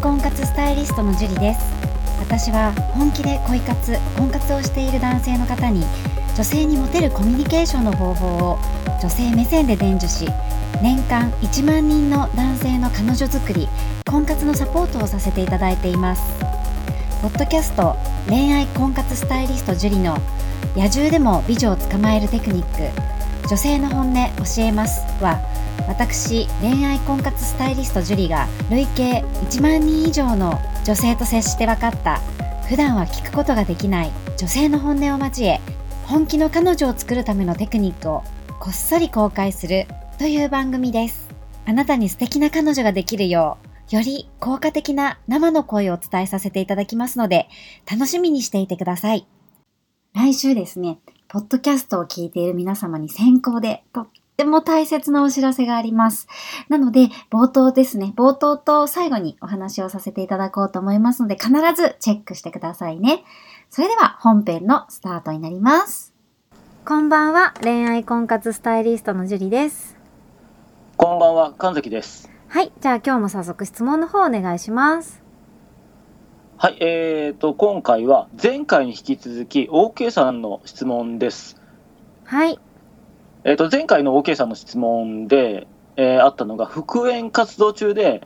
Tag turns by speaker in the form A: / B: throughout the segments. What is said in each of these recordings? A: 婚活スタイリストのジュリです私は本気で恋活婚活をしている男性の方に女性にモテるコミュニケーションの方法を女性目線で伝授し年間1万人の男性の彼女作り婚活のサポートをさせていただいていますポッドキャスト恋愛婚活スタイリストジュリの野獣でも美女を捕まえるテクニック女性の本音教えますは私恋愛婚活スタイリストジュリが累計1万人以上の女性と接して分かった普段は聞くことができない女性の本音を交え本気の彼女を作るためのテクニックをこっそり公開するという番組ですあなたに素敵な彼女ができるようより効果的な生の声をお伝えさせていただきますので楽しみにしていてください来週ですね、ポッドキャストを聞いている皆様に先行でとっても大切なお知らせがあります。なので、冒頭ですね、冒頭と最後にお話をさせていただこうと思いますので、必ずチェックしてくださいね。それでは本編のスタートになります。こんばんは、恋愛婚活スタイリストのジュリです。
B: こんばんは、神崎です。
A: はい、じゃあ今日も早速質問の方お願いします。
B: はい、えーと、今回は前回に引き続き OK さんの質問です。
A: はい、
B: えーと、前回の OK さんの質問で、えーあったのが、復縁活動中で、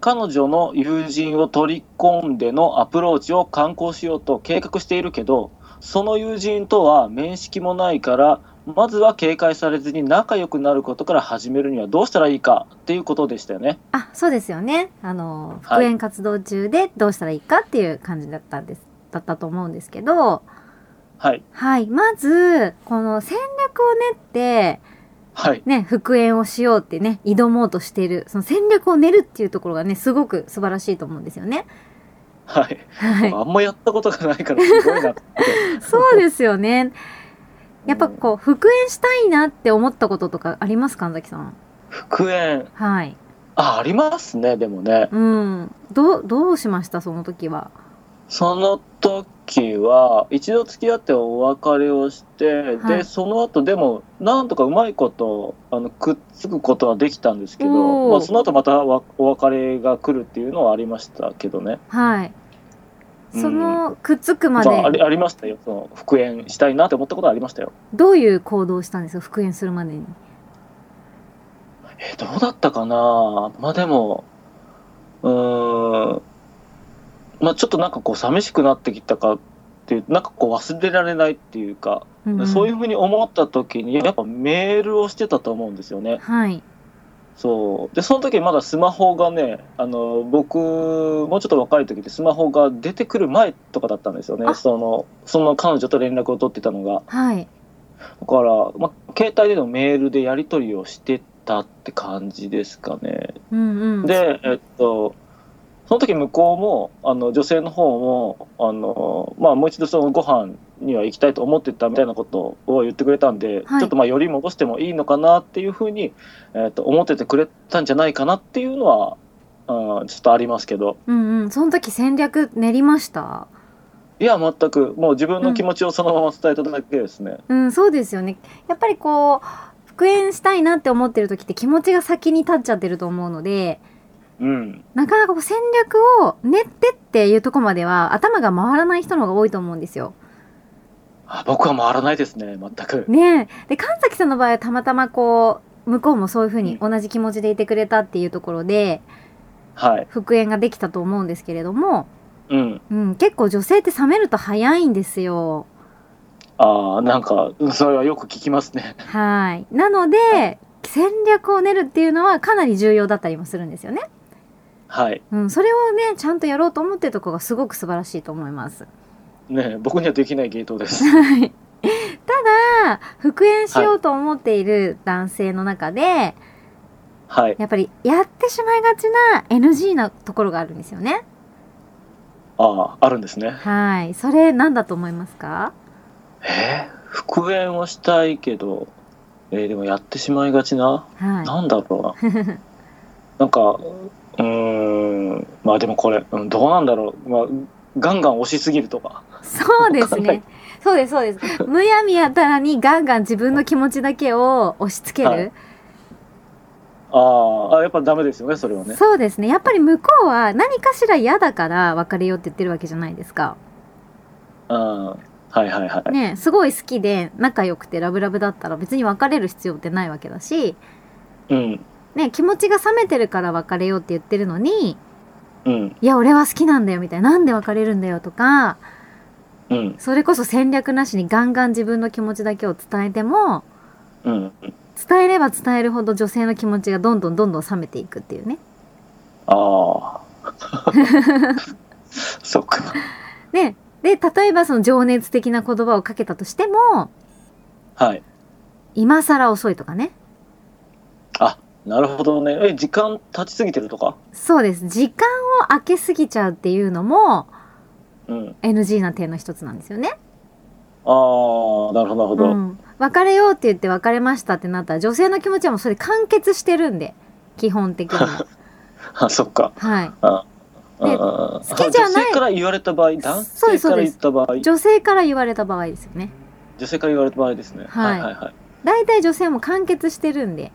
B: 彼女の友人を取り込んでのアプローチを敢行しようと計画しているけど、その友人とは面識もないから、まずは警戒されずに仲良くなることから始めるにはどうしたらいいかっていうことでしたよね。
A: あ、そうですよね。あの、
B: は
A: 復
B: い
A: 縁活動中でどうしたらいいかっていう感じだったんです、だったと思うんですけど、
B: はい。
A: はい。まず、この戦略を練って、
B: はい。
A: ね、復縁をしようってね、挑もうとしている、その戦略を練るっていうところがね、すごく素晴らしいと思うんですよね。
B: はい。
A: はい。
B: あんまやったことがないからすごいなって。
A: そうですよね。やっぱこう、復縁したいなって思ったこととかありますか神崎さん。
B: 復縁
A: はい。
B: あありますねでもね
A: うん。どう、どうしましたその時は。
B: その時は一度付き合ってお別れをして、
A: はい
B: でその後でもなんとかうまいことあのくっつくことはできたんですけ
A: おー
B: ど、まあ、その後またわお別れが来るっていうのはありましたけどね、
A: はい。
B: うん
A: その、くっつく
B: ま
A: ま
B: あ、あり
A: で、
B: ありましたよその復縁したいなって思ったことはありましたよ
A: どういう行動をしたんですか復縁するまでに。
B: えーどうだったかなまあでもうーんまあちょっとなんかこう寂しくなってきたかっていうなんかこう忘れられないっていうか
A: んん
B: そういうふうに思った時にやっぱメールをしてたと思うんですよね。
A: はい。
B: そうでその時まだスマホがねあの僕もうちょっと若い時でスマホが出てくる前とかだったんですよ
A: あ
B: ねそのその彼女と連絡を取ってたのが
A: はい。
B: だから、ま、携帯でのメールでやり取りをしてたって感じですかね。
A: うんうん。
B: でえっとその時向こうもあの女性の方もあの、まあ、もう一度そのご飯には行きたいと思ってたみたいなことを言ってくれたんで、
A: はい
B: ちょっとまあより戻してもいいのかなっていうふうに、えっと思っててくれたんじゃないかなっていうのは、うん、ちょっとありますけど
A: うんうん。その時戦略練りました
B: いや全くもう自分の気持ちをそのまま伝えただけですね。
A: うん、そうですよね。やっぱりこう、復縁したいなって思ってる時って気持ちが先に立っちゃってると思うので、
B: うん、
A: なかなかこう戦略を練ってっていうとこまでは頭が回らない人の方が多いと思うんですよ。
B: あ僕は回らないですね全く。
A: ねえ。で、神崎さんの場合はたまたまこう、向こうもそういうふうに
B: う
A: 同じ気持ちでいてくれたっていうところで、
B: はい、
A: 復縁ができたと思うんですけれども、
B: うん
A: うん、結構女性って冷めると早いんですよ。
B: あーなんかうんそれはよく聞きますね。
A: はい。なので、戦略を練るっていうのはかなり重要だったりもするんですよね。
B: はい、
A: うん、それをね、ちゃんとやろうと思ってるとこがすごく素晴らしいと思います。
B: ね僕にはできない芸 当です。
A: はい。ただ、復縁しようと思っている男性の中で、
B: はい
A: やっぱりやってしまいがちな NG なところがあるんですよね。
B: ああ、あるんですね。
A: はい。それ何だと思いますか
B: えー復縁をしたいけど、えーでもやってしまいがちな、
A: は
B: なんだろ うな。なんか、うーん、まあでもこれ、うんどうなんだろう。まあ、ガンガン押しすぎるとか。
A: い。そうです
B: わかんな
A: ね
B: い。
A: そうです、そうです。むやみやたらにガンガン自分の気持ちだけを押し付ける。
B: はいあーあ、やっぱダメですよね、それはね。
A: そうですねやっぱり向こうは何かしら嫌だから別れようって言ってるわけじゃないですか
B: うん。はいはいはい。
A: ねすごい好きで仲良くてラブラブだったら別に別れる必要ってないわけだし
B: うん。
A: ね気持ちが冷めてるから別れようって言ってるのに
B: うん。
A: いや俺は好きなんだよみたいななんで別れるんだよとか
B: うん。
A: それこそ戦略なしにガンガン自分の気持ちだけを伝えても
B: うん。
A: 伝えれば伝えるほど女性の気持ちがどんどんどんどん冷めていくっていうね
B: ああ。 そっか。
A: ねで例えばその情熱的な言葉をかけたとしても
B: はい。
A: 今更遅いとかね
B: あ、なるほどね。え、時間経ちすぎてるとか
A: そうです時間を空けすぎちゃうっていうのも
B: うん。
A: NG な点の一つなんですよね、
B: ああ、なるほど、なるほ
A: う
B: ど。
A: ん、別れようって言って別れましたってなったら女性の気持ちはもうそれで完結してるんで基本的に は
B: あ、そっか。
A: はい
B: うん
A: で
B: 好
A: 好きじゃない
B: 女性から言われた場合、男
A: そうで
B: 性
A: す
B: から言った場合、
A: 女性から言われた場合ですよね
B: 女性から言われた場合ですね。
A: は
B: はいいはいはい。
A: 大体女性も完結してるんで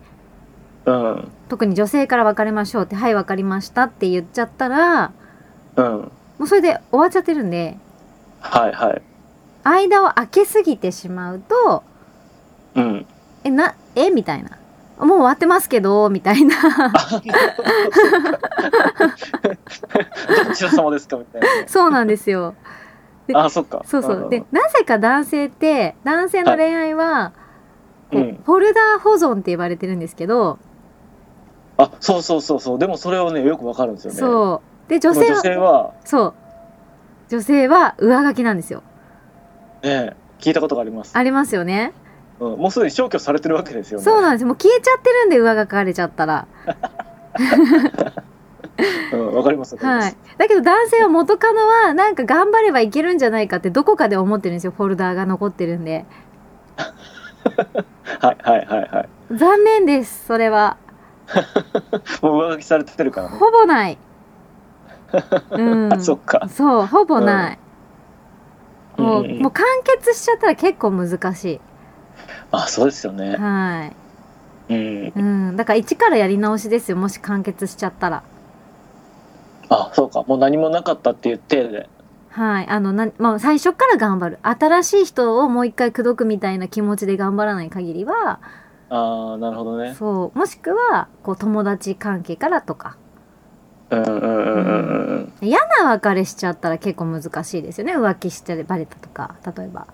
B: うん。
A: 特に女性から別れましょうって「はい別かりました」って言っちゃったら
B: うん。
A: もうそれで終わっちゃってるんで
B: はい はい。
A: 間を空けすぎてしまうと
B: うん。
A: 「えなえみたいな「もう終わってますけど」みたい な
B: どちら様ですかみたい
A: そうなんですよ。
B: な。あ、そっか。
A: そうそ
B: ん
A: うでなぜか男性って男性の恋愛は、こう
B: うん
A: フォルダー保存って言われてるんですけど、
B: あ、そうそうそうそう。でもそれをね、よくわかるんですよね。
A: そうで
B: で
A: 女
B: も
A: 性は
B: 女性は、
A: そう女性は上書きなんですよ
B: ね、聞いたことがあります。
A: ありますよね
B: うん、もうすでに消去されてるわけですよね。
A: そうなんですもう消えちゃってるんで上書かれちゃったら
B: うん、わかります。わかりま
A: はい
B: す。
A: だけど男性は元カノはなんか頑張ればいけるんじゃないかってどこかで思ってるんですよフォルダーが残ってるんで
B: はい、はい、はい、はい。
A: 残念ですそれは
B: もう上書きされてるからね。
A: ほぼ ないうん
B: あ、そっか。
A: そうほぼない、
B: うん
A: もう,、
B: うんうん
A: もう完結しちゃったら結構難し
B: あ、そうですよ
A: い
B: ね。
A: は
B: うん。
A: い、うん、だから一からやり直しですよもし完結しちゃったら
B: あ、そうか。もう何もなかったって言ってで。
A: はいあのな、まあ、最初から頑張る新しい人をもう一回口説くみたいな気持ちで頑張らない限りは
B: ああ、なるほどね。
A: そうもしくはこう友達関係からとか
B: うん、うん、うん、うん、うん。
A: 嫌な別れしちゃったら結構難しいですよね浮気してバレたとか例えば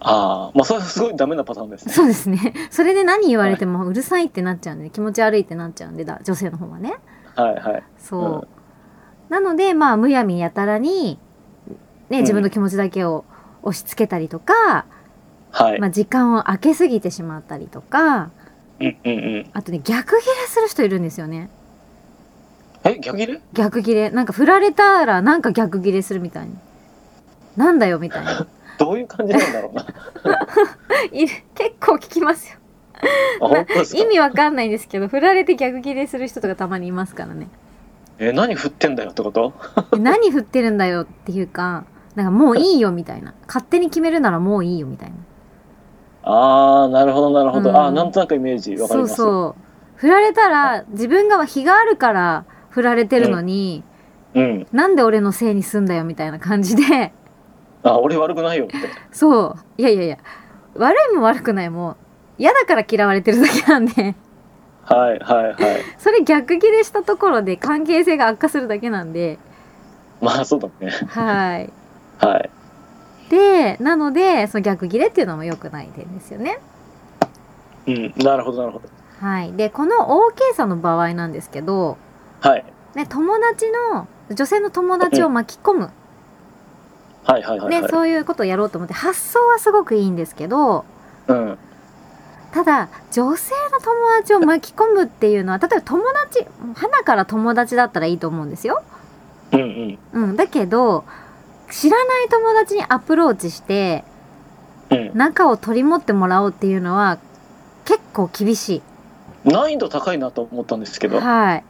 B: ああ、まあ、それはすごいダメなパターンですね。
A: そうですね それで何言われてもうるさいってなっちゃうんで気持ち悪いってなっちゃうんでだ女性の方はね
B: はい、はい。
A: そう、なのでまあむやみやたらに、ね、
B: ん
A: 自分の気持ちだけを押し付けたりとか、
B: はい
A: ま。あ、時間を空けすぎてしまったりとか
B: うん、うん、うん。
A: あとね逆ギレする人いるんですよね
B: え、逆切れ。
A: 逆ギレなんか振られたらなんか逆ギレするみたいになんだよみたい な
B: どういう感じなんだろ うな。
A: いる結構聞きますよ
B: あ、本当ですか
A: 意。味わかんないんですけど振られて逆ギレする人とかたまにいますから ね
B: え、何振ってんだよってこと。
A: え何振ってるんだよっていうかなんかもういいよみたいな勝手に決めるならもういいよみたいな
B: ああ、なるほど、なるほど。
A: うん
B: ああ、なんとなくイメージわかり
A: そう
B: ます。
A: そう振られたら自分が日があるから振られてるのに、
B: うん。
A: なんで俺のせいにすんだよみたいな感じで
B: あ、俺悪くないよって。
A: そういやいやいや悪いも悪くないも嫌だから嫌われてるだけなんで
B: はい、はい、はい。
A: それ逆ギレしたところで関係性が悪化するだけなんで
B: まあ、そうだね。
A: はい
B: はい。
A: でなのでその逆ギレっていうのも良くない点ですよね
B: うん、なるほど、なるほど。
A: はいでこの OK さんの場合なんですけど、
B: はい。
A: ね、友達の女性の友達を巻き込む
B: はい、はい、はい。は
A: ね、
B: い
A: そういうことをやろうと思って発想はすごくいいんですけど
B: うん。
A: ただ女性の友達を巻き込むっていうのは例えば友達花から友達だったらいいと思うんですよ。
B: うん、うん。
A: うん、だけど知らない友達にアプローチして
B: うん。
A: 仲を取り持ってもらおうっていうのは結構厳し
B: 難易度高いなと思ったんですけ
A: い。
B: ど。
A: はい。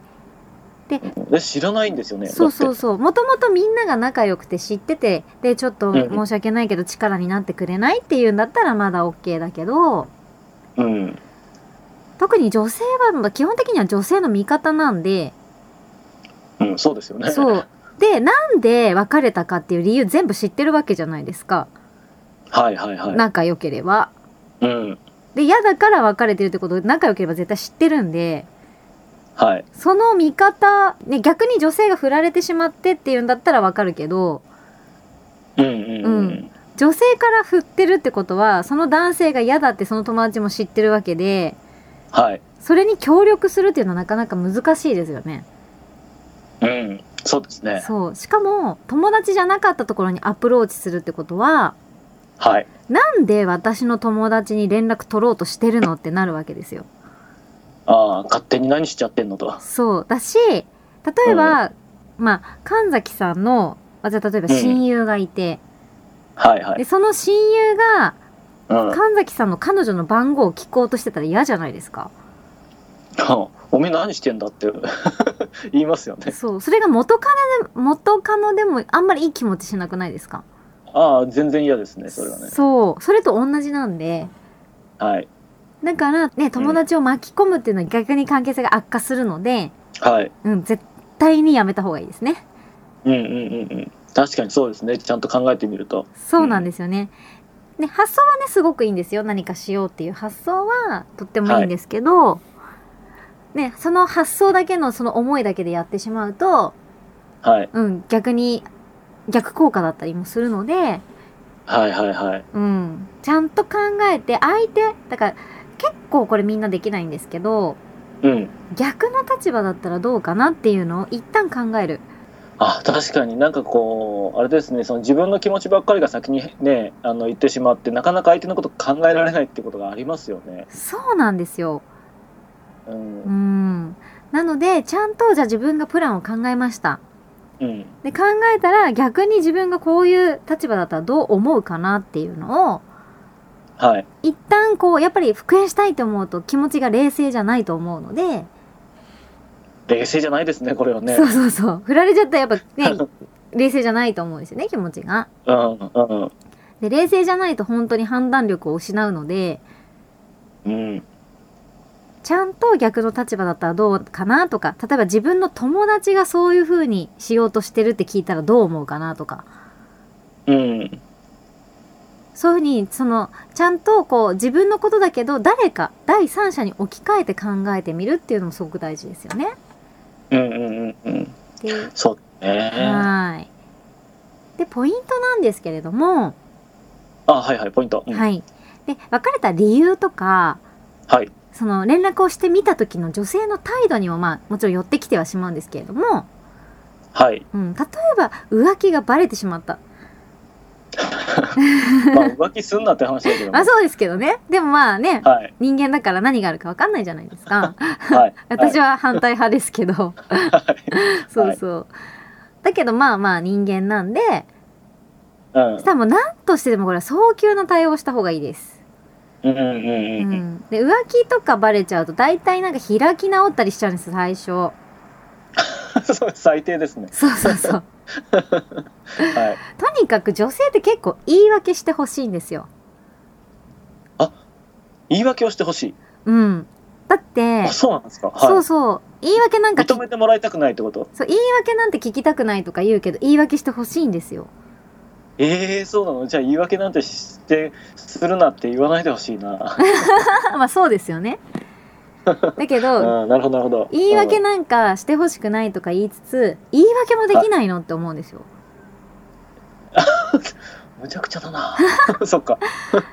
B: え、知らないんですよね。
A: そうそう
B: だって
A: そう。もともとみんなが仲良くて知ってて、で、ちょっと
B: うん
A: 申し訳ないけど力になってくれないっていうんだったらまだ OK だけど、
B: うん。
A: 特に女性は、まあ、基本的には女性の味方なんで、
B: うん、そうですよね。
A: そう。で、なんで別れたかっていう理由全部知ってるわけじゃないですか。
B: はいはいはい。
A: 仲良ければ。
B: うん。
A: で、嫌だから別れてるってこと、仲良ければ絶対知ってるんで、
B: はい。
A: その見方、ね、逆に女性が振られてしまってっていうんだったらわかるけど、
B: うんうんう。
A: うん女性から振ってるってことは、その男性が嫌だってその友達も知ってるわけで、
B: はい。
A: それに協力するっていうのはなかなか難しいですよね。
B: うん。そうですね。
A: そう。しかも、友達じゃなかったところにアプローチするってことは、
B: はい。
A: なんで私の友達に連絡取ろうとしてるのってなるわけですよ。
B: ああ、勝手に何しちゃってんのと。
A: そう。だし、例えば、まあ、神崎さんの、あじゃあ例えば親友がいて、
B: はいは
A: で、
B: い。
A: その親友が、
B: うん。
A: 神崎さんの彼女の番号を聞こうとしてたら嫌じゃないですか。
B: おめえ何してんだって 言いますよね。
A: そう。それが元カノで、元カノでもあんまりいい気持ちしなくないですか
B: ああ、全然嫌ですね、それはね。
A: そう。それと同じなんで、
B: はい。
A: だからね、友達を巻き込むっていうのは逆に関係性が悪化するので、
B: はい。
A: うん、絶対にやめた方がいいですね。
B: うんうんうんうん。確かにそうですね。ちゃんと考えてみると。
A: そうなんですよね。ね、発想はね、すごくいいんですよ。何かしようっていう発想はとってもいいんですけど、ね、その発想だけのその思いだけでやってしまうと、
B: はい。
A: うん、逆に、逆効果だったりもするので、
B: はいはいはい。
A: うん、ちゃんと考えて、相手、だから、結構これみんなできないんですけど、
B: うん。
A: 逆の立場だったらどうかなっていうのを一旦考える。
B: あ確かになんかこうあれですねその自分の気持ちばっかりが先にねあの言ってしまってなかなか相手のこと考えられないってことがありますよね。
A: そうなんですよ。
B: う
A: うんん。なので、ちゃんとじゃあ自分がプランを考えました。
B: うん
A: で、考えたら逆に自分がこういう立場だったらどう思うかなっていうのを、
B: はい
A: 一旦こう、やっぱり復縁したいと思うと気持ちが冷静じゃないと思うので、
B: 冷静じゃないですねこれはね。
A: そうそうそう。振られちゃったらやっぱ ね、冷静じゃないと思うんですよね、気持ちが。
B: うんうん
A: で、冷静じゃないと本当に判断力を失うので、
B: うん
A: ちゃんと逆の立場だったらどうかなとか、例えば自分の友達がそういう風にしようとしてるって聞いたらどう思うかなとか、
B: うん
A: そういう風に、その、ちゃんとこう自分のことだけど、誰か、第三者に置き換えて考えてみるっていうのもすごく大事ですよね。
B: うんうんうん
A: で、
B: そうね。
A: はい。で、ポイントなんですけれども、
B: あはいはいポイント。うん
A: はい。で、別れた理由とか、
B: はい
A: その連絡をしてみた時の女性の態度にもまあもちろん寄ってきてはしまうんですけれども、
B: はい。
A: うん、例えば浮気がバレてしまった。
B: まあ浮気すんなって話だけども。
A: ま あそうですけどね。でもまあね、
B: はい
A: 人間だから何があるかわかんないじゃないですか。
B: はい。
A: 私
B: は
A: は反対派ですけど。
B: いはい
A: そうそう。だけどまあまあ人間なんで、
B: うん
A: したらもう何としてでもこれは早急な対応をした方がいいです。
B: うんうん
A: う
B: うんうん
A: ん。で、浮気とかバレちゃうと大体なんか開き直ったりしちゃうんです、最初。
B: そう最低ですね。
A: そうそう そう。
B: はい。
A: とにかく女性って結構言い訳してほしいんですよ。
B: 言い訳をしてほしい。
A: うん。だって、
B: あそうなんですか。
A: そ
B: は
A: うそう。言い訳なん
B: い。
A: かき
B: 認めてもらいたくないってこと。
A: そう、言い訳なんて聞きたくないとか言うけど、言い訳してほしいんですよ。
B: ええそうなのじゃあ言い訳なんてしてするなって言わないでほしいな。
A: まあそうですよ ね。だけ
B: う
A: ど、
B: ん、なるほどなるほど。
A: 言い訳なんかしてほしくないとか言いつつ、言い訳もできないのって思うんですよ。
B: うんむちゃくちゃ だな。そっか。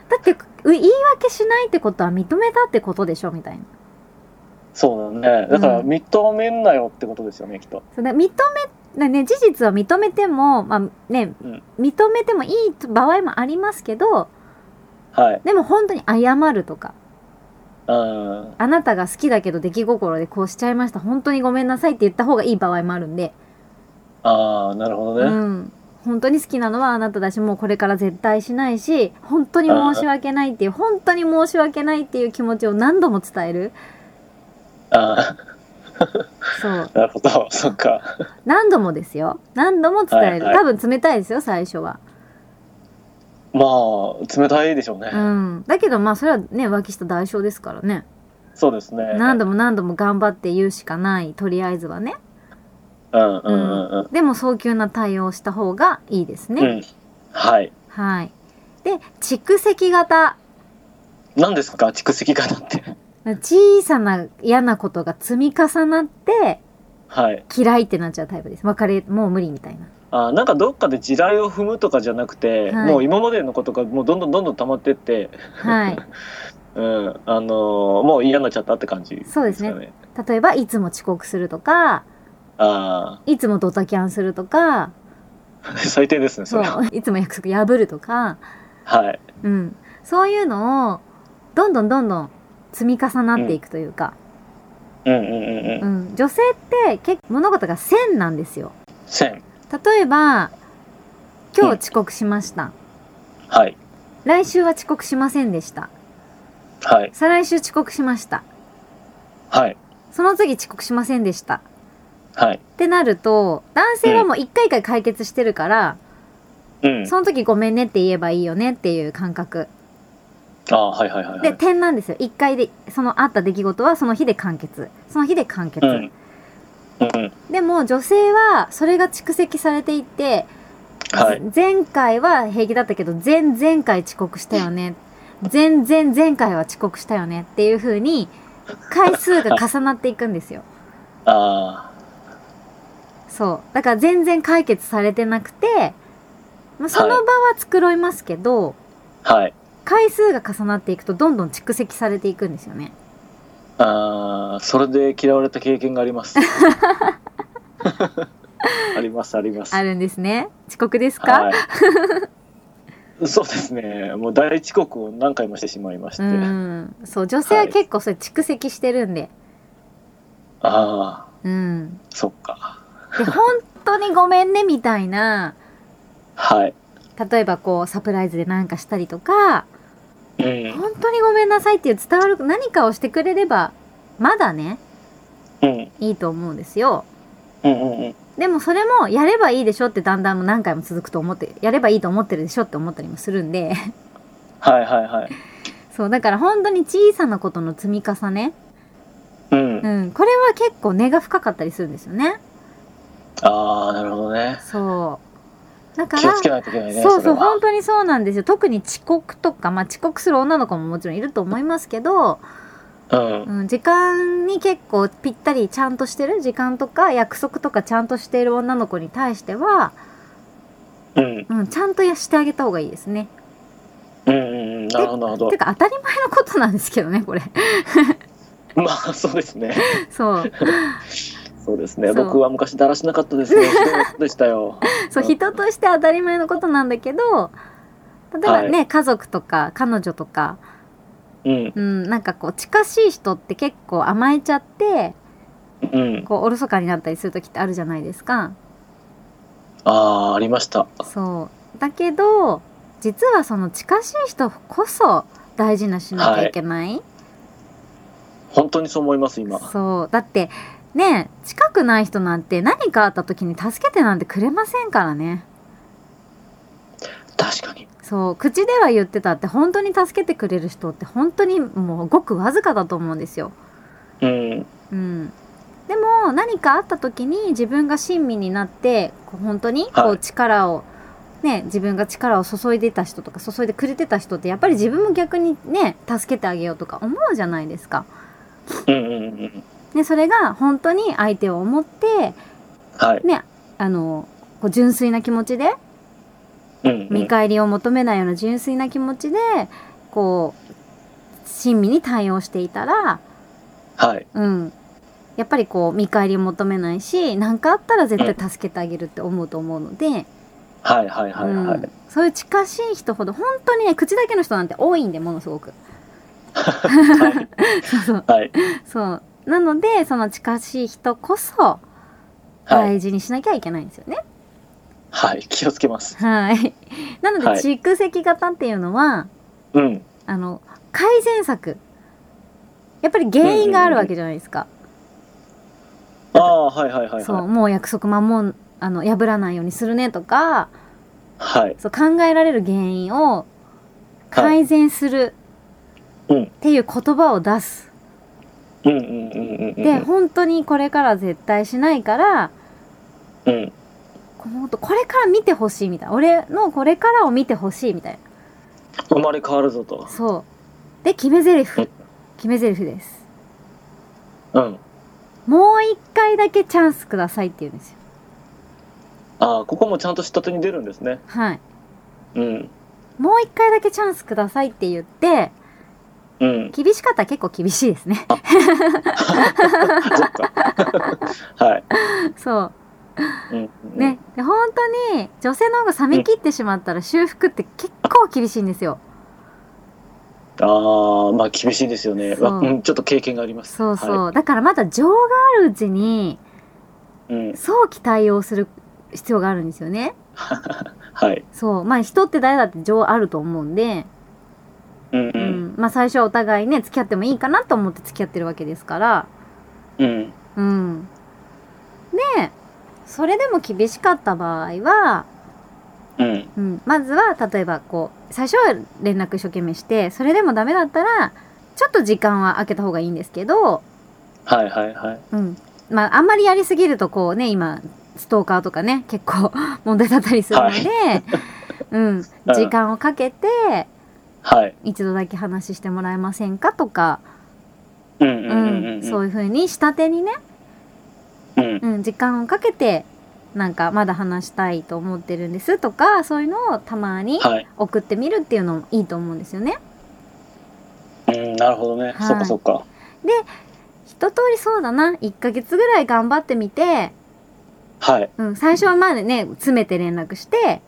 A: だって、う言い訳しないってことは認めたってことでしょみたいな。
B: そうだね。だから
A: うん
B: 認めんなよってことですよね、きっと。
A: そうだ認めだね、事実は認めても、まあね、
B: うん
A: 認めてもいい場合もありますけど、
B: はい。
A: でも本当に謝るとか、
B: うん。
A: あなたが好きだけど出来心でこうしちゃいました。本当にごめんなさいって言った方がいい場合もあるんで。
B: ああ、なるほど
A: う
B: ね。
A: ん。本当に好きなのはあなただし、もうこれから絶対しないし、本当に申し訳ないっていう、本当に申し訳ないっていう気持ちを何度も伝える。
B: あ
A: そう。
B: あ、なるほど。 そっか。
A: 何度もですよ。何度も伝える。
B: はいは
A: 多分冷たいですよ、最初は。
B: まあ、冷たいでしょうね。
A: うん。だけどまあ、それはね、浮気した代償ですからね。
B: そうですね。
A: 何度も何度も頑張って言うしかない、とりあえずはね。
B: うんうんうんうん。
A: でも早急な対応をした方がいいですね。
B: うん。はい。
A: はい。で、蓄積型。
B: 何ですか蓄積型って。
A: 小さな嫌なことが積み重なって、
B: はい。
A: 嫌いってなっちゃうタイプです。別れ、もう無理みたいな。
B: あなんかどっかで地雷を踏むとかじゃなくて、
A: はい
B: もう今までのことがもうどんどんどんどん溜まってって、
A: はい。
B: うん、あのーもう嫌になっちゃったって感じ、
A: そうですね
B: かね。
A: 例えば、いつも遅刻するとか、
B: あ
A: いつもドタキャンするとか、
B: あ、 最低ですね、そ
A: そ
B: れは。
A: う、いつも約束破るとか、
B: はい。
A: うん。そういうのを、どんどんどんどん積み重なっていくというか、
B: うんうんうんう。
A: うんん。女性って結構物事が線なんですよ。
B: 線。
A: 例えば、今日
B: うん
A: 遅刻しました。
B: はい。
A: 来週は遅刻しませんでした。
B: はい。
A: 再来週遅刻しました。
B: はい。
A: その次遅刻しませんでした。
B: はい。
A: ってなると、男性はもう一回一回解決してるから、
B: うん。
A: その時ごめんねって言えばいいよねっていう感覚。
B: ああ、はいはいはい、は
A: で、
B: い。
A: 点なんですよ。一回で、そのあった出来事はその日で完結。その日で完結。
B: うん。うん。
A: でも女性はそれが蓄積されていって、
B: はい。
A: 前回は平気だったけど、前々回遅刻したよね。前々前回は遅刻したよねっていう風に、回数が重なっていくんですよ。
B: あ
A: そう。だから全然解決されてなくて、まあ、その場は繕いますけど、
B: あ、はい。
A: 回数が重なっていくとどんどん蓄積されていくんですよね。
B: ああ、それで嫌われた経験があ ります。あります、あります。
A: あるんですね。遅刻ですか、
B: はい、 そうですね。もう大遅刻を何回もしてしまいまし
A: う
B: て。あ
A: ん。そう、女性は結構それ蓄積してるんで。
B: あ、
A: うん。
B: そっか。
A: で、本当にごめんねみたいな、
B: はい。
A: 例えばこうサプライズでなんかしたりとか、
B: うん。
A: 本当にごめんなさいっていう伝わる何かをしてくれれば、まだね、
B: うん。
A: いいと思うんですよ。
B: うんうんうん。
A: でもそれもやればいいでしょってだんだんもう何回も続くと思って、やればいいと思ってるでしょって思ったりもするんで。
B: はいはいはい。
A: そう、だから本当に小さなことの積み重ね。
B: うん。
A: うん、これは結構根が深かったりするんですよね。
B: ああ、なるほどね。
A: そう。だから、
B: 気をつけないといけないね。
A: そうそう、
B: れは
A: 本当にそうなんですよ。特に遅刻とか、まあ遅刻する女の子ももちろんいると思いますけど、
B: うん。
A: うん、時間に結構ぴったりちゃんとしてる時間とか約束とかちゃんとしている女の子に対しては、
B: うん。
A: うん、ちゃんとやしてあげた方がいいですね。
B: うんうんうん。なるほど、なるほ
A: てか当たり前のことなんですけどね、これ。
B: ど。 まあ、そうですね。
A: そう。
B: そうですね。
A: そう
B: 僕は昔だらしなかったで すね。ひどいことでしたよ。
A: そう、人として当たり前のことなんだけど、例えばね、家族とか彼女とか、
B: うん。
A: うん、なんかこう近しい人って結構甘えちゃって
B: うん。
A: こうおろそかになったりする時ってあるじゃないですか
B: ああ、ありました。
A: そうだけど実はその近しい人こそ大事なしなきゃいけない、
B: 本当にそう思います、今。
A: そうだってね近くない人なんて何かあった時に助けてなんてくれませんからね
B: 確かに。
A: そう口では言ってたって本当に助けてくれる人って本当にもうごくわずかだと思うんですよ
B: うん。
A: うん、でも何かあった時に自分が親身になってこう本当に
B: はい
A: こう力を、ね、自分が力を注いでた人とか注いでくれてた人ってやっぱり自分も逆にね助けてあげようとか思うじゃないですか。
B: うんうんうんうん。
A: ね、それが本当に相手を思って
B: はい。
A: あのこう純粋な気持ちで
B: うん、う
A: 見
B: ん。
A: 返りを求めないような純粋な気持ちでこう親身に対応していたら
B: はい。
A: うん。やっぱりこう見返りを求めないし何かあったら絶対助けてあげるって思うと思うので、
B: はいはいはいは
A: うん
B: い。
A: そういう近しい人ほど本当にね口だけの人なんて多いんでものすごく
B: はい。
A: そうそう
B: はい。
A: そうなのでその近しい人こそ
B: はい。
A: 大事にしなきゃいけないんですよね
B: はい。気をつけます。
A: はい、なので
B: はい
A: 蓄積型っていうのは
B: うん。
A: あの改善策やっぱり原因があるわけじゃないですか、
B: ああ、はいはいはい
A: そう
B: はい。
A: もう約束守んあの破らないようにするねとか
B: はい。
A: そう考えられる原因を
B: はい
A: 改善する
B: うん
A: っていう言葉を出す、
B: うんうんうんうん
A: で本当にこれから絶対しないから
B: うんうん
A: このことこれから見てほしいみたいな俺のこれからを見てほしいみたい
B: 生まれ変わるぞと
A: なそうで決め台詞
B: うん
A: 決め台詞です
B: うん
A: もう一回だけチャンスくださいって言うんですよ
B: ああここもちゃんと下手に出るんですね
A: はい
B: うん
A: もう一回だけチャンスくださいって言って
B: うん
A: 厳しかったら結構厳しいですね
B: そっか はい、
A: そう
B: うんうん、
A: ね、で本当に女性の方が冷め切ってしまったら修復って結構厳しいんですよ。
B: ああまあ厳しいですよね
A: そう
B: わうんちょっと経験があります
A: そうそう。
B: は
A: だからまだ情があるうちに
B: い、うん
A: 早期対応する必要があるんですよね。
B: はい
A: そう。まあ人って誰だって情あると思うんで、
B: うんう
A: うんん。まあ最初はお互いね、付き合ってもいいかなと思って付き合ってるわけですから、
B: うん
A: うん。で、それでも厳しかった場合は、
B: うん
A: うん、まずは例えばこう最初は連絡一生懸命してそれでもダメだったらちょっと時間は空けた方がいいんですけど、
B: はいはいはい
A: うんまあ、あんまりやりすぎるとこうね今ストーカーとかね結構 問題だったりするので、 うん、時間をかけて
B: はい
A: 一度だけ話してもらえませんかとか、
B: うんうん
A: う
B: うん
A: ん、
B: うん
A: そういうふうに下手にね、
B: うん
A: うん、時間をかけてなんかまだ話したいと思ってるんですとかそういうのをたまに
B: はい
A: 送ってみるっていうのもいいと思うんですよね。
B: うんなるほど
A: は
B: ね
A: い
B: そっかそっか
A: 一通りそうだな1ヶ月ぐらい頑張ってみて、
B: はい
A: うん、最初はまあね詰めて連絡して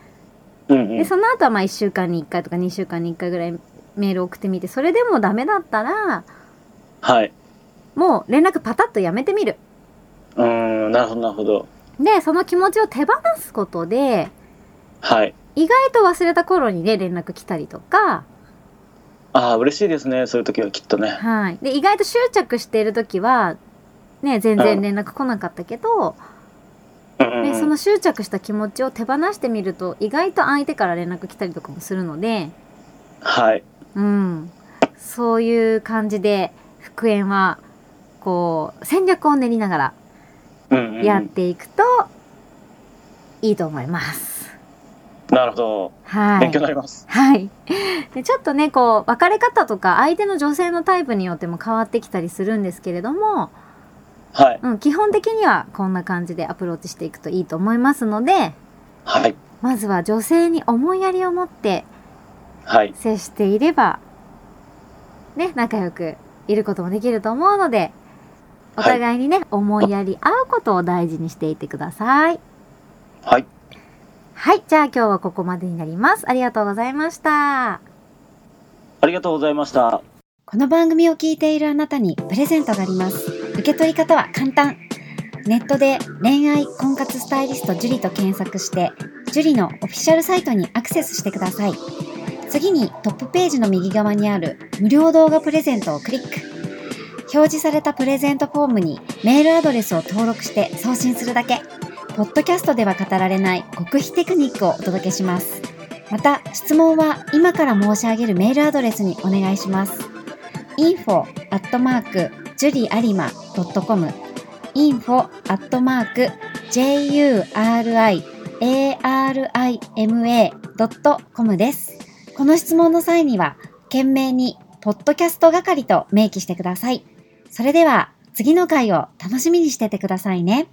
B: うんうん
A: でその後はまあ1週間に1回とか2週間に1回ぐらいメール送ってみてそれでもダメだったら
B: はい
A: もう連絡パタッとやめてみる
B: うんなるほどなるほど
A: でその気持ちを手放すことで
B: はい
A: 意外と忘れた頃にね連絡来たりとか、
B: ああ嬉しいですねそういう時はきっとね
A: はい、で意外と執着している時はね全然連絡来なかったけど、
B: うんうんう
A: ね
B: ん
A: その執着した気持ちを手放してみると意外と相手から連絡来たりとかもするので。
B: はい
A: うん、そういう感じで復縁はこう戦略を練りながら
B: うんうんうん
A: やっていくといいと思います。
B: なるほど
A: は
B: 勉
A: い
B: 強に。なります
A: はい、でちょっとねこう別れ方とか相手の女性のタイプによっても変わってきたりするんですけれども、
B: はい
A: うん、基本的にはこんな感じでアプローチしていくといいと思いますので
B: はい
A: まずは女性に思いやりを持って
B: はい
A: 接していれば、ね、仲良くいることもできると思うので、お
B: はい
A: 互いにね、思いやり合うことを大事にしていてください。
B: はい
A: はい、じゃあ今日はここまでになります。ありがとうございました。
B: ありがとうございました
C: この番組を聞いているあなたにプレゼントがあります。受け取り方は簡単。ネットで恋愛婚活スタイリスト樹と検索して、樹のオフィシャルサイトにアクセスしてください。次にトップページの右側にある無料動画プレゼントをクリック。表示されたプレゼントフォームにメールアドレスを登録して送信するだけ。ポッドキャストでは語られない極秘テクニックをお届けします。また、質問は今から申し上げるメールアドレスにお願いします。info アットマークジュリアリマドットコム info アットマーク juriarima ドットコムです。この質問の際には、懸命にポッドキャスト係と明記してください。それでは、次の回を楽しみにしててくださいね。